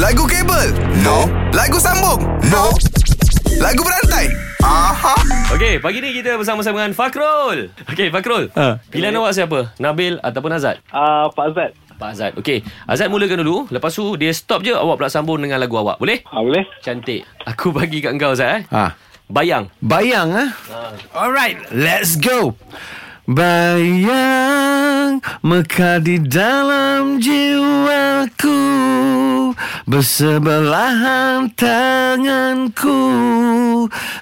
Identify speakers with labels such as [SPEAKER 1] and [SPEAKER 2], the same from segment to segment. [SPEAKER 1] Lagu kabel? No. Lagu sambung? No. Lagu berantai? Aha.
[SPEAKER 2] Okey, pagi ni kita bersama-sama dengan Fakrul. Okey, Fakrul. Ha. Pilihan awak siapa? Nabil ataupun Azad?
[SPEAKER 3] Uh, Pak Zat.
[SPEAKER 2] Pak Azad. Okey, Azad mulakan dulu. Lepas tu dia stop je awak pula sambung dengan lagu awak. Boleh?
[SPEAKER 3] Ha, boleh?
[SPEAKER 2] Cantik. Aku bagi kat kau Azad eh.
[SPEAKER 4] Ha.
[SPEAKER 2] Bayang.
[SPEAKER 4] Bayang ah. Alright, let's go. Bayang mekar di dalam jiwaku Bersebelahan tanganku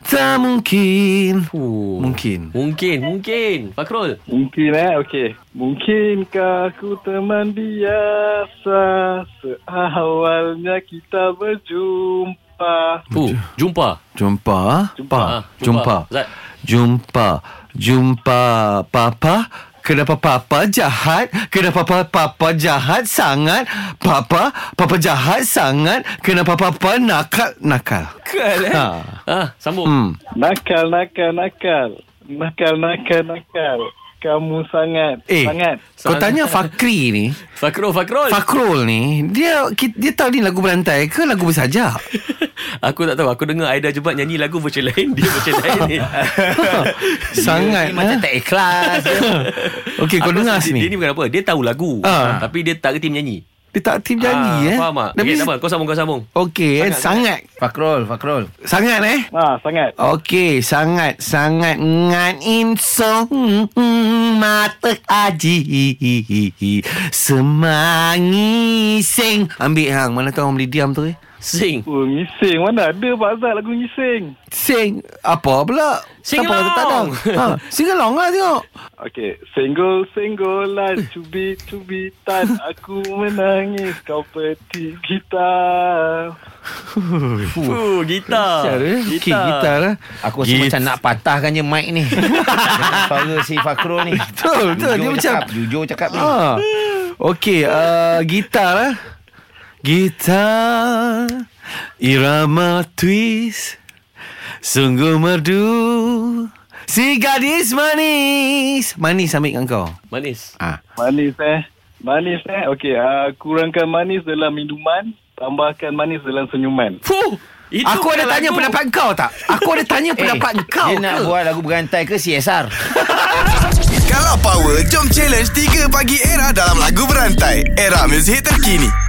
[SPEAKER 4] Tak mungkin
[SPEAKER 2] Oh.
[SPEAKER 4] Mungkin
[SPEAKER 2] Mungkin, mungkin. Fakrul.
[SPEAKER 3] Mungkin eh, okey. Mungkinkah ku teman biasa Seawalnya kita berjumpa
[SPEAKER 2] Oh, jumpa.
[SPEAKER 4] Jumpa Jumpa
[SPEAKER 2] Ah,
[SPEAKER 4] Jumpa
[SPEAKER 2] Zat.
[SPEAKER 4] Jumpa Jumpa Papa Kenapa Papa jahat? Kenapa Papa, Papa jahat sangat? Papa, Papa jahat sangat? Kenapa Papa nakal? Nakal.
[SPEAKER 2] Kal eh. Ha.
[SPEAKER 4] Ha.
[SPEAKER 2] ha sambung.
[SPEAKER 4] Hmm.
[SPEAKER 3] Nakal, nakal, nakal Nakal, nakal, nakal Kamu sangat
[SPEAKER 4] Eh,
[SPEAKER 3] Sangat
[SPEAKER 4] kau tanya Fakri ni,
[SPEAKER 2] Fakrul, Fakrul.
[SPEAKER 4] Fakrul ni, dia ki- dia tahu ni lagu berantai ke lagu bersaja?
[SPEAKER 2] aku tak tahu. Aku dengar Aida Jebat nyanyi lagu version lain. Dia version lain ni.
[SPEAKER 4] Sangat. eh? Dia, macam tak ikhlas. Okey, kau
[SPEAKER 2] Aku
[SPEAKER 4] dengar
[SPEAKER 2] rasa dia- Dia
[SPEAKER 4] sini.
[SPEAKER 2] ni bukan apa. Dia tahu lagu.
[SPEAKER 4] Ah.
[SPEAKER 2] Tapi dia tak kerti menyanyi.
[SPEAKER 4] Dia tak aktif janji
[SPEAKER 2] Ah,
[SPEAKER 4] eh.
[SPEAKER 2] Faham tak?
[SPEAKER 4] Tapi
[SPEAKER 2] Okay, tak apa. Kau sambung, kau sambung.
[SPEAKER 4] Okey, eh, sangat.
[SPEAKER 5] Fakrul, Fakrul.
[SPEAKER 4] Sangat eh?
[SPEAKER 3] Ha, sangat
[SPEAKER 4] Okey, sangat sangat ngan insong mata haji semangi sing. Ambil hang mana tahu orang boleh diam tu eh.
[SPEAKER 2] Sing.
[SPEAKER 3] Oh, ngising mana ada Pak Zat lagu ngising
[SPEAKER 4] Sing apa pula?
[SPEAKER 2] Sing
[SPEAKER 4] Siapa kata tak ada?
[SPEAKER 2] along.
[SPEAKER 4] Ha, sing along lah tengok.
[SPEAKER 3] Okey, senggol-senggolan, cubit-cubitan, aku menangis kau petik gitar.
[SPEAKER 2] Fuh, Ah, gitar.
[SPEAKER 4] Okey, gitar lah.
[SPEAKER 5] Aku rasa macam nak patahkannya mic ni. Dengan Suara si Fakrul ni.
[SPEAKER 4] Betul, betul. Dia
[SPEAKER 5] Jujur
[SPEAKER 4] macam
[SPEAKER 5] cakap, jujur cakap ni.
[SPEAKER 4] Ha. Okey, uh, gitar lah. Gitar irama twist sungguh merdu. Si gadis manis. Manis ambil dengan kau.
[SPEAKER 2] Manis.
[SPEAKER 4] Ah.
[SPEAKER 3] Manis eh. Manis eh. Okey, uh, kurangkan manis dalam minuman, tambahkan manis dalam senyuman.
[SPEAKER 2] Fuh. Itu
[SPEAKER 4] Aku ada
[SPEAKER 2] bukan
[SPEAKER 4] tanya
[SPEAKER 2] lagu.
[SPEAKER 4] pendapat kau tak? Aku ada tanya pendapat kau.
[SPEAKER 5] Eh, Dia nak
[SPEAKER 4] ke?
[SPEAKER 5] buat lagu berantai ke CSR?
[SPEAKER 1] Kalau power, jom challenge 3 pagi era dalam lagu berantai. Era muzik terkini.